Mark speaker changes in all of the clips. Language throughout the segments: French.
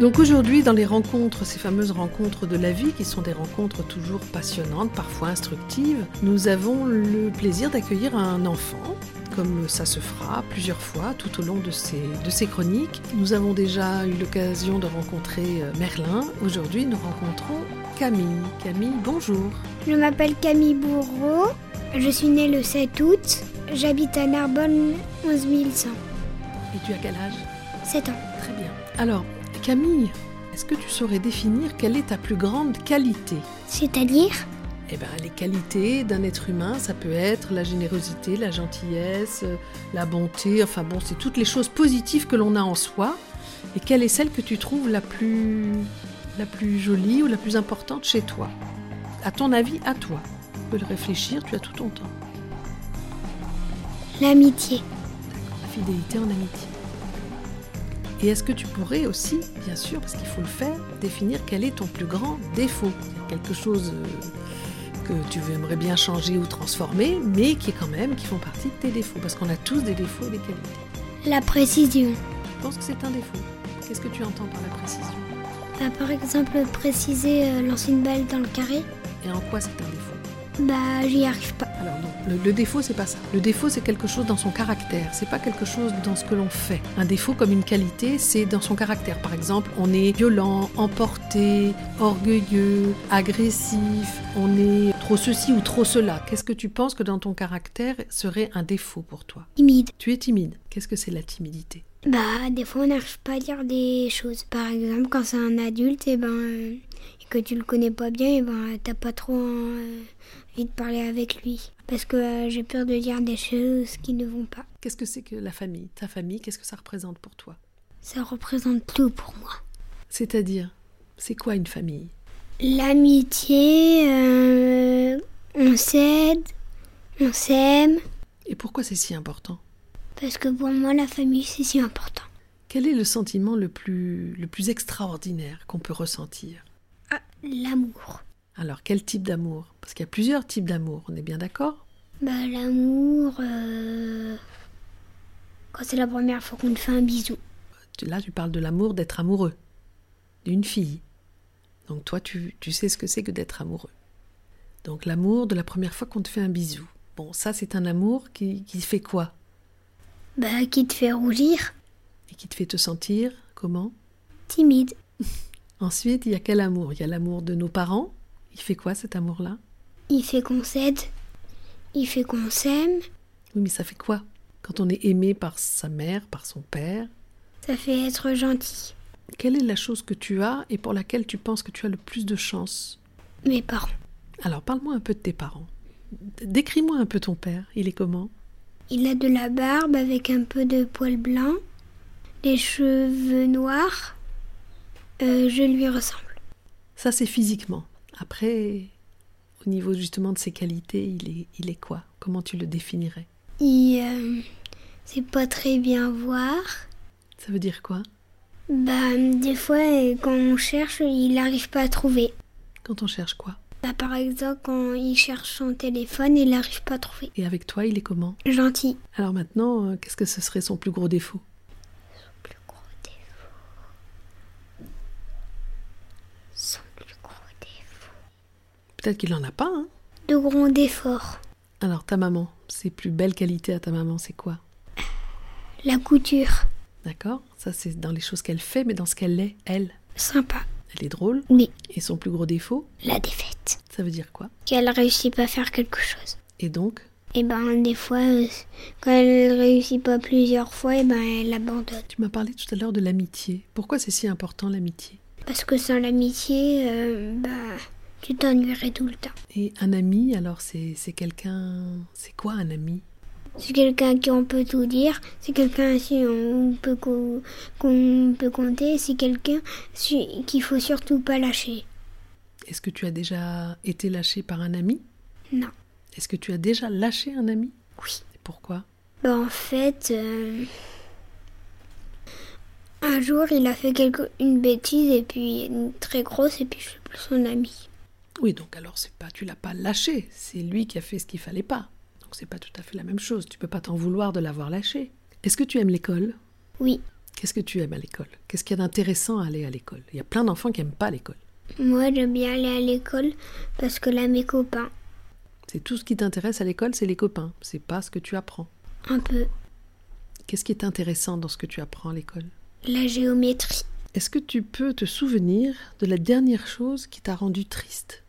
Speaker 1: Donc aujourd'hui, dans les rencontres, ces fameuses rencontres de la vie, qui sont des rencontres toujours passionnantes, parfois instructives, nous avons le plaisir d'accueillir un enfant, comme ça se fera plusieurs fois tout au long de ces, de ces chroniques. Nous avons déjà eu l'occasion de rencontrer euh, Merlin. Aujourd'hui, nous rencontrons Camille. Camille, bonjour.
Speaker 2: Je m'appelle Camille Bourreau. Je suis née le 7 août. J'habite à Narbonne 11100.
Speaker 1: Et tu as quel âge
Speaker 2: 7 ans.
Speaker 1: Très bien. Alors, Camille, est-ce que tu saurais définir quelle est ta plus grande qualité
Speaker 2: C'est-à-dire
Speaker 1: eh ben, les qualités d'un être humain, ça peut être la générosité, la gentillesse, euh, la bonté, enfin bon, c'est toutes les choses positives que l'on a en soi. Et quelle est celle que tu trouves la plus, la plus jolie ou la plus importante chez toi À ton avis, à toi. Tu peux le réfléchir, tu as tout ton temps.
Speaker 2: L'amitié.
Speaker 1: La fidélité en amitié. Et est-ce que tu pourrais aussi, bien sûr, parce qu'il faut le faire, définir quel est ton plus grand défaut Quelque chose euh, que tu aimerais bien changer ou transformer, mais qui est quand même qui font partie de tes défauts, parce qu'on a tous des défauts et des qualités.
Speaker 2: La précision.
Speaker 1: Je pense que c'est un défaut. Qu'est-ce que tu entends par la précision
Speaker 2: bah, Par exemple, préciser euh, lancer une balle dans le carré.
Speaker 1: Et en quoi c'est un défaut
Speaker 2: Bah, j'y arrive pas.
Speaker 1: Alors non, le, le défaut c'est pas ça. Le défaut c'est quelque chose dans son caractère, c'est pas quelque chose dans ce que l'on fait. Un défaut comme une qualité, c'est dans son caractère. Par exemple, on est violent, emporté, orgueilleux, agressif, on est trop ceci ou trop cela. Qu'est-ce que tu penses que dans ton caractère serait un défaut pour toi
Speaker 2: Timide.
Speaker 1: Tu es timide. Qu'est-ce que c'est la timidité
Speaker 2: bah, des fois, on n'arrive pas à dire des choses. Par exemple, quand c'est un adulte, et ben, euh, et que tu le connais pas bien, et ben, t'as pas trop euh, envie de parler avec lui. Parce que euh, j'ai peur de dire des choses qui ne vont pas.
Speaker 1: Qu'est-ce que c'est que la famille Ta famille, qu'est-ce que ça représente pour toi
Speaker 2: Ça représente tout pour moi.
Speaker 1: C'est-à-dire, c'est quoi une famille
Speaker 2: L'amitié, euh, on s'aide, on s'aime.
Speaker 1: Et pourquoi c'est si important
Speaker 2: parce que pour moi la famille c'est si important.
Speaker 1: Quel est le sentiment le plus, le plus extraordinaire qu'on peut ressentir
Speaker 2: ah, L'amour.
Speaker 1: Alors quel type d'amour Parce qu'il y a plusieurs types d'amour, on est bien d'accord
Speaker 2: Bah l'amour... Euh... Quand c'est la première fois qu'on te fait un bisou.
Speaker 1: Là tu parles de l'amour d'être amoureux, d'une fille. Donc toi tu, tu sais ce que c'est que d'être amoureux. Donc l'amour de la première fois qu'on te fait un bisou. Bon ça c'est un amour qui, qui fait quoi
Speaker 2: bah, qui te fait rougir.
Speaker 1: Et qui te fait te sentir comment
Speaker 2: Timide.
Speaker 1: Ensuite, il y a quel amour Il y a l'amour de nos parents. Il fait quoi cet amour-là
Speaker 2: Il fait qu'on s'aide. Il fait qu'on s'aime.
Speaker 1: Oui, mais ça fait quoi Quand on est aimé par sa mère, par son père
Speaker 2: Ça fait être gentil.
Speaker 1: Quelle est la chose que tu as et pour laquelle tu penses que tu as le plus de chance
Speaker 2: Mes parents.
Speaker 1: Alors, parle-moi un peu de tes parents. Décris-moi un peu ton père. Il est comment
Speaker 2: il a de la barbe avec un peu de poils blancs, des cheveux noirs. Euh, je lui ressemble.
Speaker 1: Ça, c'est physiquement. Après, au niveau justement de ses qualités, il est, il est quoi Comment tu le définirais
Speaker 2: Il euh, sait pas très bien voir.
Speaker 1: Ça veut dire quoi
Speaker 2: Bah, des fois, quand on cherche, il n'arrive pas à trouver.
Speaker 1: Quand on cherche quoi
Speaker 2: bah, par exemple, quand il cherche son téléphone, il n'arrive pas à trouver.
Speaker 1: Et avec toi, il est comment
Speaker 2: Gentil.
Speaker 1: Alors maintenant, euh, qu'est-ce que ce serait son plus gros défaut
Speaker 2: Son plus gros défaut. Son plus gros défaut.
Speaker 1: Peut-être qu'il n'en a pas, hein
Speaker 2: De grands défauts.
Speaker 1: Alors ta maman, ses plus belles qualités à ta maman, c'est quoi
Speaker 2: La couture.
Speaker 1: D'accord Ça, c'est dans les choses qu'elle fait, mais dans ce qu'elle est, elle.
Speaker 2: Sympa.
Speaker 1: Elle est drôle.
Speaker 2: Oui.
Speaker 1: Et son plus gros défaut
Speaker 2: La défaite.
Speaker 1: Ça veut dire quoi
Speaker 2: Qu'elle réussit pas à faire quelque chose.
Speaker 1: Et donc
Speaker 2: Eh ben, des fois, euh, quand elle réussit pas plusieurs fois, eh ben, elle abandonne.
Speaker 1: Tu m'as parlé tout à l'heure de l'amitié. Pourquoi c'est si important l'amitié
Speaker 2: Parce que sans l'amitié, euh, bah, tu t'ennuierais tout le temps.
Speaker 1: Et un ami, alors, c'est, c'est quelqu'un. C'est quoi un ami
Speaker 2: c'est quelqu'un qui on peut tout dire, c'est quelqu'un si on peut qu'on, qu'on peut compter, c'est quelqu'un si, qu'il faut surtout pas lâcher.
Speaker 1: Est-ce que tu as déjà été lâché par un ami
Speaker 2: Non.
Speaker 1: Est-ce que tu as déjà lâché un ami
Speaker 2: Oui.
Speaker 1: Et pourquoi
Speaker 2: ben, en fait, euh, un jour il a fait quelque, une bêtise et puis une très grosse et puis je suis plus son ami.
Speaker 1: Oui, donc alors c'est pas tu l'as pas lâché, c'est lui qui a fait ce qu'il fallait pas c'est pas tout à fait la même chose. Tu peux pas t'en vouloir de l'avoir lâché. Est-ce que tu aimes l'école
Speaker 2: Oui.
Speaker 1: Qu'est-ce que tu aimes à l'école Qu'est-ce qu'il y a d'intéressant à aller à l'école Il y a plein d'enfants qui n'aiment pas l'école.
Speaker 2: Moi, j'aime bien aller à l'école parce que là, mes copains,
Speaker 1: C'est tout ce qui t'intéresse à l'école, c'est les copains. C'est pas ce que tu apprends.
Speaker 2: un peu
Speaker 1: Qu'est-ce qui est intéressant dans ce que tu apprends à l'école
Speaker 2: la géométrie,
Speaker 1: Est-ce que tu peux te souvenir de la dernière chose qui t'a rendu triste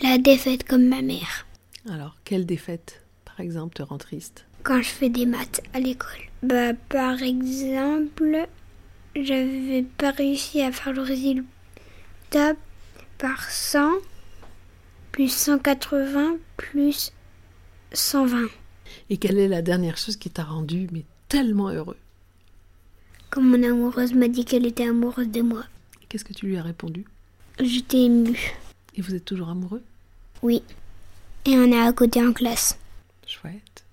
Speaker 2: la défaite comme ma mère,
Speaker 1: Alors, quelle défaite, par exemple, te rend triste
Speaker 2: quand je fais des maths à l'école. Bah, par exemple, j'avais pas réussi à faire le résultat par 100 plus 180 plus 120.
Speaker 1: Et quelle est la dernière chose qui t'a rendu mais tellement heureux
Speaker 2: Quand mon amoureuse m'a dit qu'elle était amoureuse de moi,
Speaker 1: Et Qu'est-ce que tu lui as répondu
Speaker 2: j'étais émue.
Speaker 1: Et vous êtes toujours amoureux
Speaker 2: Oui. Et on est à côté en classe.
Speaker 1: Chouette.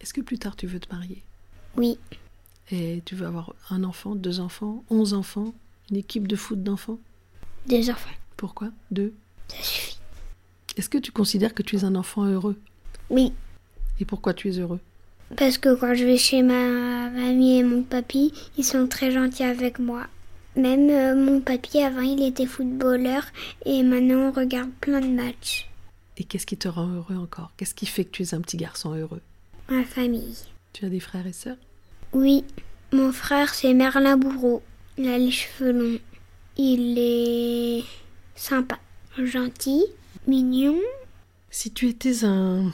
Speaker 1: Est-ce que plus tard tu veux te marier
Speaker 2: Oui.
Speaker 1: Et tu veux avoir un enfant, deux enfants, onze enfants, une équipe de foot d'enfants
Speaker 2: Deux enfants.
Speaker 1: Pourquoi Deux
Speaker 2: Ça suffit.
Speaker 1: Est-ce que tu considères que tu es un enfant heureux
Speaker 2: Oui.
Speaker 1: Et pourquoi tu es heureux
Speaker 2: Parce que quand je vais chez ma mamie et mon papy, ils sont très gentils avec moi. Même euh, mon papy, avant, il était footballeur et maintenant on regarde plein de matchs.
Speaker 1: Et qu'est-ce qui te rend heureux encore Qu'est-ce qui fait que tu es un petit garçon heureux
Speaker 2: Ma famille.
Speaker 1: Tu as des frères et sœurs
Speaker 2: Oui, mon frère, c'est Merlin Bourreau. Il a les cheveux longs. Il est sympa, gentil, mignon.
Speaker 1: Si tu étais un,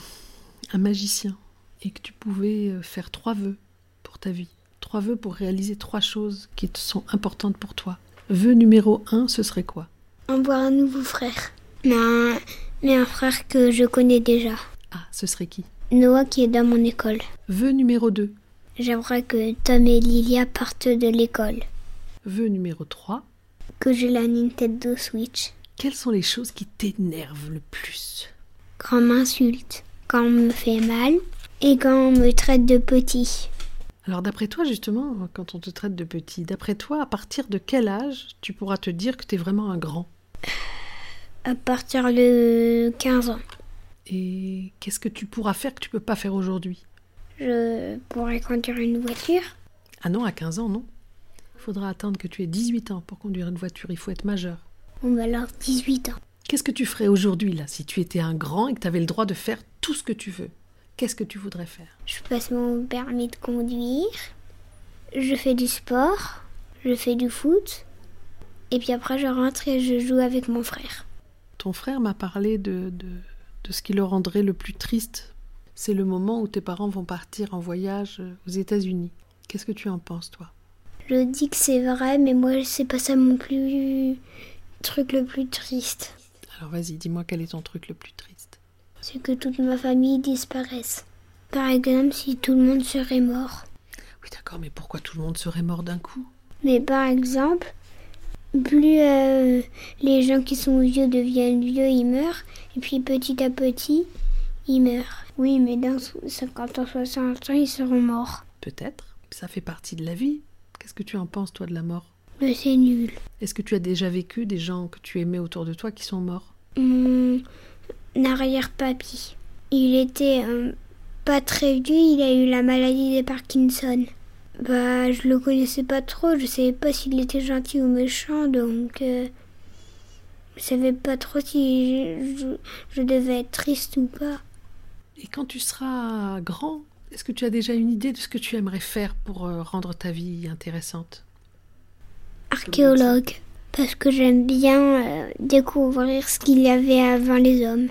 Speaker 1: un magicien et que tu pouvais euh, faire trois vœux pour ta vie, trois vœux pour réaliser trois choses qui te sont importantes pour toi, vœu numéro un, ce serait quoi
Speaker 2: On voit un nouveau frère. Mais un, mais un frère que je connais déjà.
Speaker 1: Ah, ce serait qui
Speaker 2: Noah qui est dans mon école.
Speaker 1: Vœu numéro 2,
Speaker 2: J'aimerais que Tom et Lilia partent de l'école.
Speaker 1: vœu numéro 3.
Speaker 2: Que j'ai la Nintendo Switch.
Speaker 1: Quelles sont les choses qui t'énervent le plus
Speaker 2: Quand on m'insulte. Quand on me fait mal. Et quand on me traite de petit.
Speaker 1: Alors d'après toi justement, quand on te traite de petit, d'après toi, à partir de quel âge tu pourras te dire que t'es vraiment un grand
Speaker 2: À partir de 15 ans.
Speaker 1: Et qu'est-ce que tu pourras faire que tu peux pas faire aujourd'hui
Speaker 2: Je pourrais conduire une voiture.
Speaker 1: Ah non, à 15 ans, non. Il faudra attendre que tu aies 18 ans pour conduire une voiture, il faut être majeur.
Speaker 2: On va alors 18 ans.
Speaker 1: Qu'est-ce que tu ferais aujourd'hui là si tu étais un grand et que tu avais le droit de faire tout ce que tu veux Qu'est-ce que tu voudrais faire
Speaker 2: Je passe mon permis de conduire. Je fais du sport. Je fais du foot. Et puis après je rentre et je joue avec mon frère.
Speaker 1: Ton frère m'a parlé de, de, de ce qui le rendrait le plus triste. C'est le moment où tes parents vont partir en voyage euh, aux États-Unis. Qu'est-ce que tu en penses toi
Speaker 2: Je dis que c'est vrai, mais moi, c'est pas ça mon plus truc le plus triste.
Speaker 1: Alors vas-y, dis-moi quel est ton truc le plus triste.
Speaker 2: C'est que toute ma famille disparaisse. Par exemple, si tout le monde serait mort.
Speaker 1: Oui d'accord, mais pourquoi tout le monde serait mort d'un coup
Speaker 2: Mais par exemple, plus euh, les gens qui sont vieux deviennent vieux, ils meurent. Et puis petit à petit, ils meurent. Oui, mais dans 50 ans, 60 ans, ils seront morts.
Speaker 1: Peut-être. Ça fait partie de la vie. Qu'est-ce que tu en penses toi de la mort
Speaker 2: Mais c'est nul.
Speaker 1: Est-ce que tu as déjà vécu des gens que tu aimais autour de toi qui sont morts
Speaker 2: mon arrière-papy. Il était euh, pas très vieux, il a eu la maladie des Parkinson. Bah, je le connaissais pas trop, je savais pas s'il était gentil ou méchant, donc euh, je savais pas trop si je, je- je devais être triste ou pas.
Speaker 1: Et quand tu seras grand, est-ce que tu as déjà une idée de ce que tu aimerais faire pour euh, rendre ta vie intéressante
Speaker 2: Archéologue, parce que j'aime bien euh, découvrir ce qu'il y avait avant les hommes.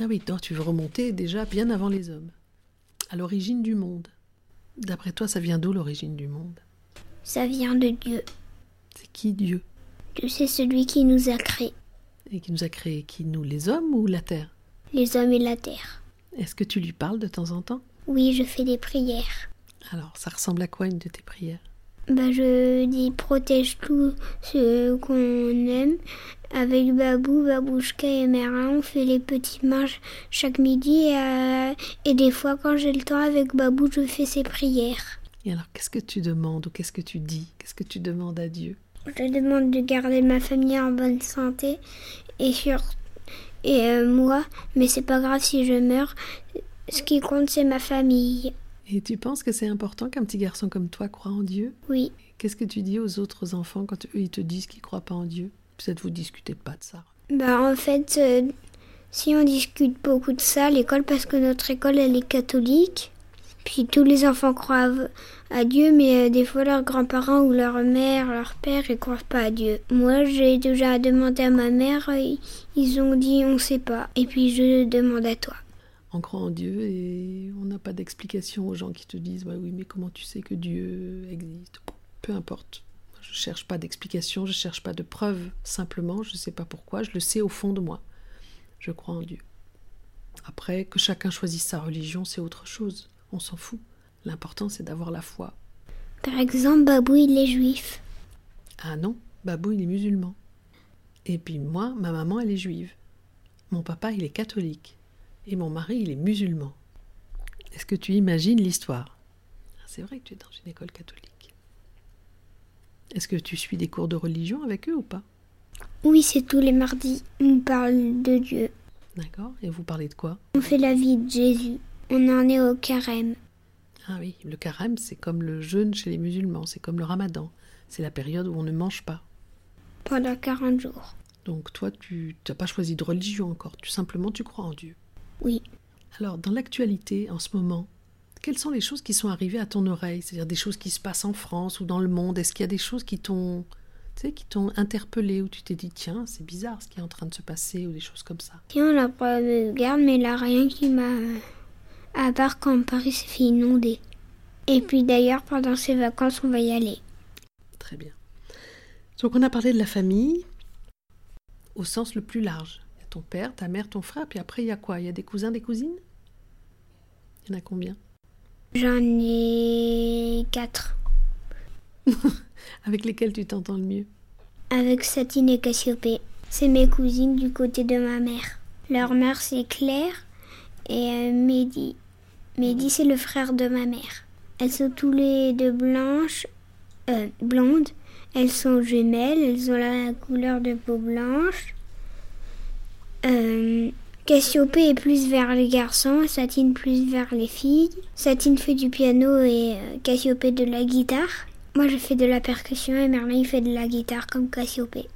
Speaker 1: Ah oui, toi tu veux remonter déjà bien avant les hommes, à l'origine du monde. D'après toi, ça vient d'où l'origine du monde
Speaker 2: Ça vient de Dieu.
Speaker 1: C'est qui Dieu
Speaker 2: Dieu, c'est celui qui nous a créés,
Speaker 1: Et qui nous a créés Qui nous, les hommes ou la terre
Speaker 2: les hommes et la terre.
Speaker 1: Est-ce que tu lui parles de temps en temps
Speaker 2: Oui, je fais des prières.
Speaker 1: Alors, ça ressemble à quoi une de tes prières
Speaker 2: Bah, je dis protège tout ce qu'on aime. Avec Babou, Babouchka et Merlin, on fait les petites marches chaque midi. Et, euh, et des fois, quand j'ai le temps avec Babou, je fais ses prières.
Speaker 1: Et alors, qu'est-ce que tu demandes ou qu'est-ce que tu dis Qu'est-ce que tu demandes à Dieu
Speaker 2: Je demande de garder ma famille en bonne santé et sur et euh, moi, mais c'est pas grave si je meurs. Ce qui compte, c'est ma famille.
Speaker 1: Et tu penses que c'est important qu'un petit garçon comme toi croie en Dieu
Speaker 2: Oui.
Speaker 1: Qu'est-ce que tu dis aux autres enfants quand eux, ils te disent qu'ils croient pas en Dieu Peut-être vous discutez pas de ça.
Speaker 2: Bah en fait, euh, si on discute beaucoup de ça à l'école, parce que notre école elle est catholique, puis tous les enfants croient à, v- à Dieu, mais euh, des fois leurs grands-parents ou leur mère, leur père, ils croient pas à Dieu. Moi j'ai déjà demandé à ma mère, euh, ils- ils ont dit on sait pas, et puis je demande à toi.
Speaker 1: On croit en Dieu et on n'a pas d'explication aux gens qui te disent Ouais, oui, mais comment tu sais que Dieu existe Peu importe. Je cherche pas d'explication, je cherche pas de preuve. Simplement, je ne sais pas pourquoi, je le sais au fond de moi. Je crois en Dieu. Après, que chacun choisisse sa religion, c'est autre chose. On s'en fout. L'important, c'est d'avoir la foi.
Speaker 2: Par exemple, Babou il est juif.
Speaker 1: Ah non, Babou, il est musulman. Et puis moi, ma maman, elle est juive. Mon papa, il est catholique. Et mon mari, il est musulman. Est-ce que tu imagines l'histoire Ah, C'est vrai que tu es dans une école catholique. Est-ce que tu suis des cours de religion avec eux ou pas
Speaker 2: Oui, c'est tous les mardis, on parle de Dieu.
Speaker 1: D'accord Et vous parlez de quoi
Speaker 2: On fait la vie de Jésus. On en est au carême.
Speaker 1: Ah oui, le carême, c'est comme le jeûne chez les musulmans, c'est comme le ramadan. C'est la période où on ne mange pas.
Speaker 2: pendant 40 jours.
Speaker 1: Donc toi, tu n'as pas choisi de religion encore, tu simplement tu crois en Dieu.
Speaker 2: Oui.
Speaker 1: Alors, dans l'actualité, en ce moment, quelles sont les choses qui sont arrivées à ton oreille C'est-à-dire des choses qui se passent en France ou dans le monde Est-ce qu'il y a des choses qui t'ont tu sais, qui t'ont interpellé ou tu t'es dit tiens c'est bizarre ce qui est en train de se passer ou des choses comme ça
Speaker 2: Tiens, la première garde, mais là, rien qui m'a... euh, À part quand Paris s'est fait inonder. Et puis d'ailleurs, pendant ces vacances, on va y aller.
Speaker 1: très bien donc on a parlé de la famille au sens le plus large il y a ton père ta mère ton frère puis après il y a quoi il y a des cousins des cousines il y en a combien
Speaker 2: J'en ai quatre.
Speaker 1: avec lesquels tu t'entends le mieux
Speaker 2: Avec Satine et Cassiopée. C'est mes cousines du côté de ma mère. Leur mère, c'est Claire. Et euh, Mehdi. Mehdi, c'est le frère de ma mère. Elles sont tous les deux blanches, euh, blondes. Elles sont jumelles. Elles ont la couleur de peau blanche. Euh, Cassiopée est plus vers les garçons, Satine plus vers les filles. Satine fait du piano et euh, Cassiopée de la guitare. Moi je fais de la percussion et Merlin il fait de la guitare comme Cassiopée.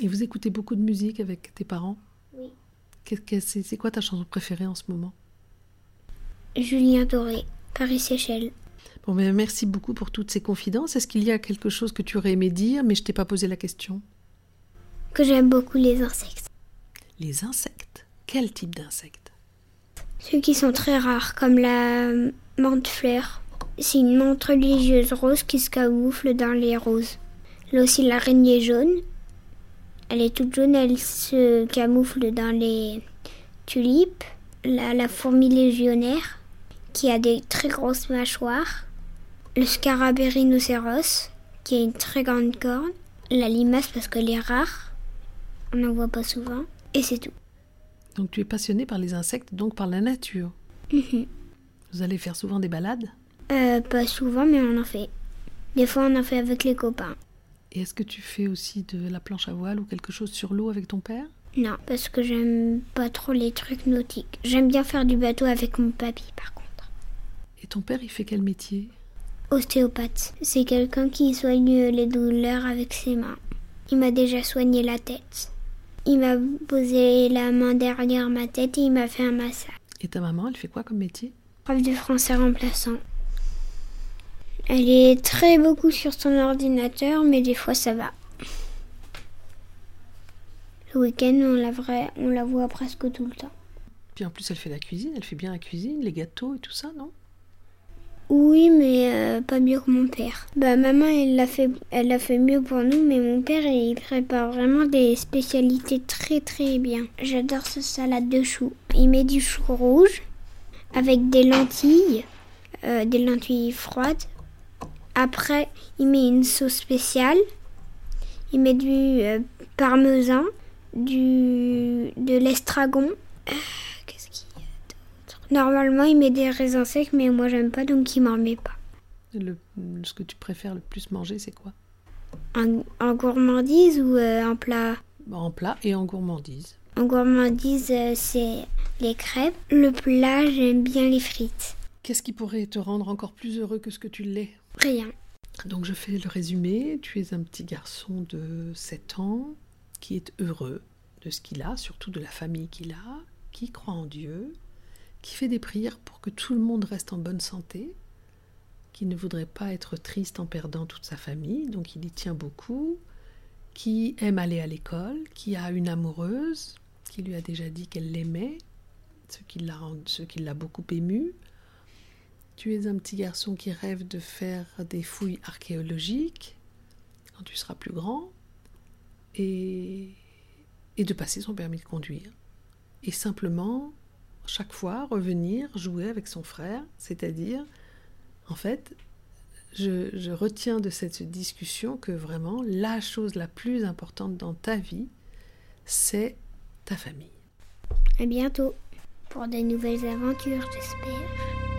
Speaker 1: et vous écoutez beaucoup de musique avec tes parents
Speaker 2: Oui.
Speaker 1: Qu'est- qu'est- c'est c'est quoi ta chanson préférée en ce moment
Speaker 2: Julien Doré, Paris-Séchelles.
Speaker 1: Bon, ben, merci beaucoup pour toutes ces confidences. Est-ce qu'il y a quelque chose que tu aurais aimé dire, mais je t'ai pas posé la question
Speaker 2: Que j'aime beaucoup les insectes.
Speaker 1: Les insectes. Quel type d'insectes
Speaker 2: Ceux qui sont très rares comme la euh, menthe-fleur. C'est une menthe religieuse rose qui se camoufle dans les roses. Là aussi l'araignée jaune. Elle est toute jaune, elle se camoufle dans les tulipes. Là, la fourmi légionnaire qui a des très grosses mâchoires. Le scarabée rhinocéros qui a une très grande corne. La limace parce qu'elle est rare. On n'en voit pas souvent. Et c'est tout.
Speaker 1: Donc tu es passionné par les insectes, donc par la nature. Vous allez faire souvent des balades
Speaker 2: Euh, pas souvent, mais on en fait. Des fois, on en fait avec les copains.
Speaker 1: Et est-ce que tu fais aussi de la planche à voile ou quelque chose sur l'eau avec ton père
Speaker 2: Non, parce que j'aime pas trop les trucs nautiques. J'aime bien faire du bateau avec mon papy, par contre.
Speaker 1: Et ton père, il fait quel métier
Speaker 2: Ostéopathe, c'est quelqu'un qui soigne les douleurs avec ses mains. Il m'a déjà soigné la tête. Il m'a posé la main derrière ma tête et il m'a fait un massage.
Speaker 1: Et ta maman, elle fait quoi comme métier
Speaker 2: Prof de français remplaçant. Elle est très beaucoup sur son ordinateur, mais des fois ça va. Le week-end, on la, vraie- on la voit presque tout le temps.
Speaker 1: Puis en plus, elle fait la cuisine, elle fait bien la cuisine, les gâteaux et tout ça, non
Speaker 2: Oui, mais euh, pas mieux que mon père. Bah maman, elle l'a fait, elle l'a fait mieux pour nous, mais mon père, il prépare vraiment des spécialités très très bien. J'adore ce salade de choux. Il met du chou rouge avec des lentilles, euh, des lentilles froides. Après, il met une sauce spéciale. Il met du euh, parmesan, du de l'estragon. Euh, Qu'est-ce qu'il y a Normalement, il met des raisins secs, mais moi j'aime pas, donc il m'en met pas.
Speaker 1: Le- Ce que tu préfères le plus manger, c'est quoi
Speaker 2: En, en gourmandise ou euh, en plat
Speaker 1: En plat et en gourmandise.
Speaker 2: En gourmandise, euh, c'est les crêpes. Le plat, j'aime bien les frites.
Speaker 1: Qu'est-ce qui pourrait te rendre encore plus heureux que ce que tu l'es
Speaker 2: Rien.
Speaker 1: Donc je fais le résumé. Tu es un petit garçon de 7 ans qui est heureux de ce qu'il a, surtout de la famille qu'il a, qui croit en Dieu, qui fait des prières pour que tout le monde reste en bonne santé, qui ne voudrait pas être triste en perdant toute sa famille, donc il y tient beaucoup, qui aime aller à l'école, qui a une amoureuse, qui lui a déjà dit qu'elle l'aimait, ce qui l'a rend- ce qui l'a beaucoup ému. Tu es un petit garçon qui rêve de faire des fouilles archéologiques quand tu seras plus grand et, et de passer son permis de conduire. Et simplement, chaque fois, revenir jouer avec son frère, c'est-à-dire, en fait, je, je retiens de cette discussion que vraiment, la chose la plus importante dans ta vie, c'est ta famille.
Speaker 2: À bientôt pour de nouvelles aventures, j'espère.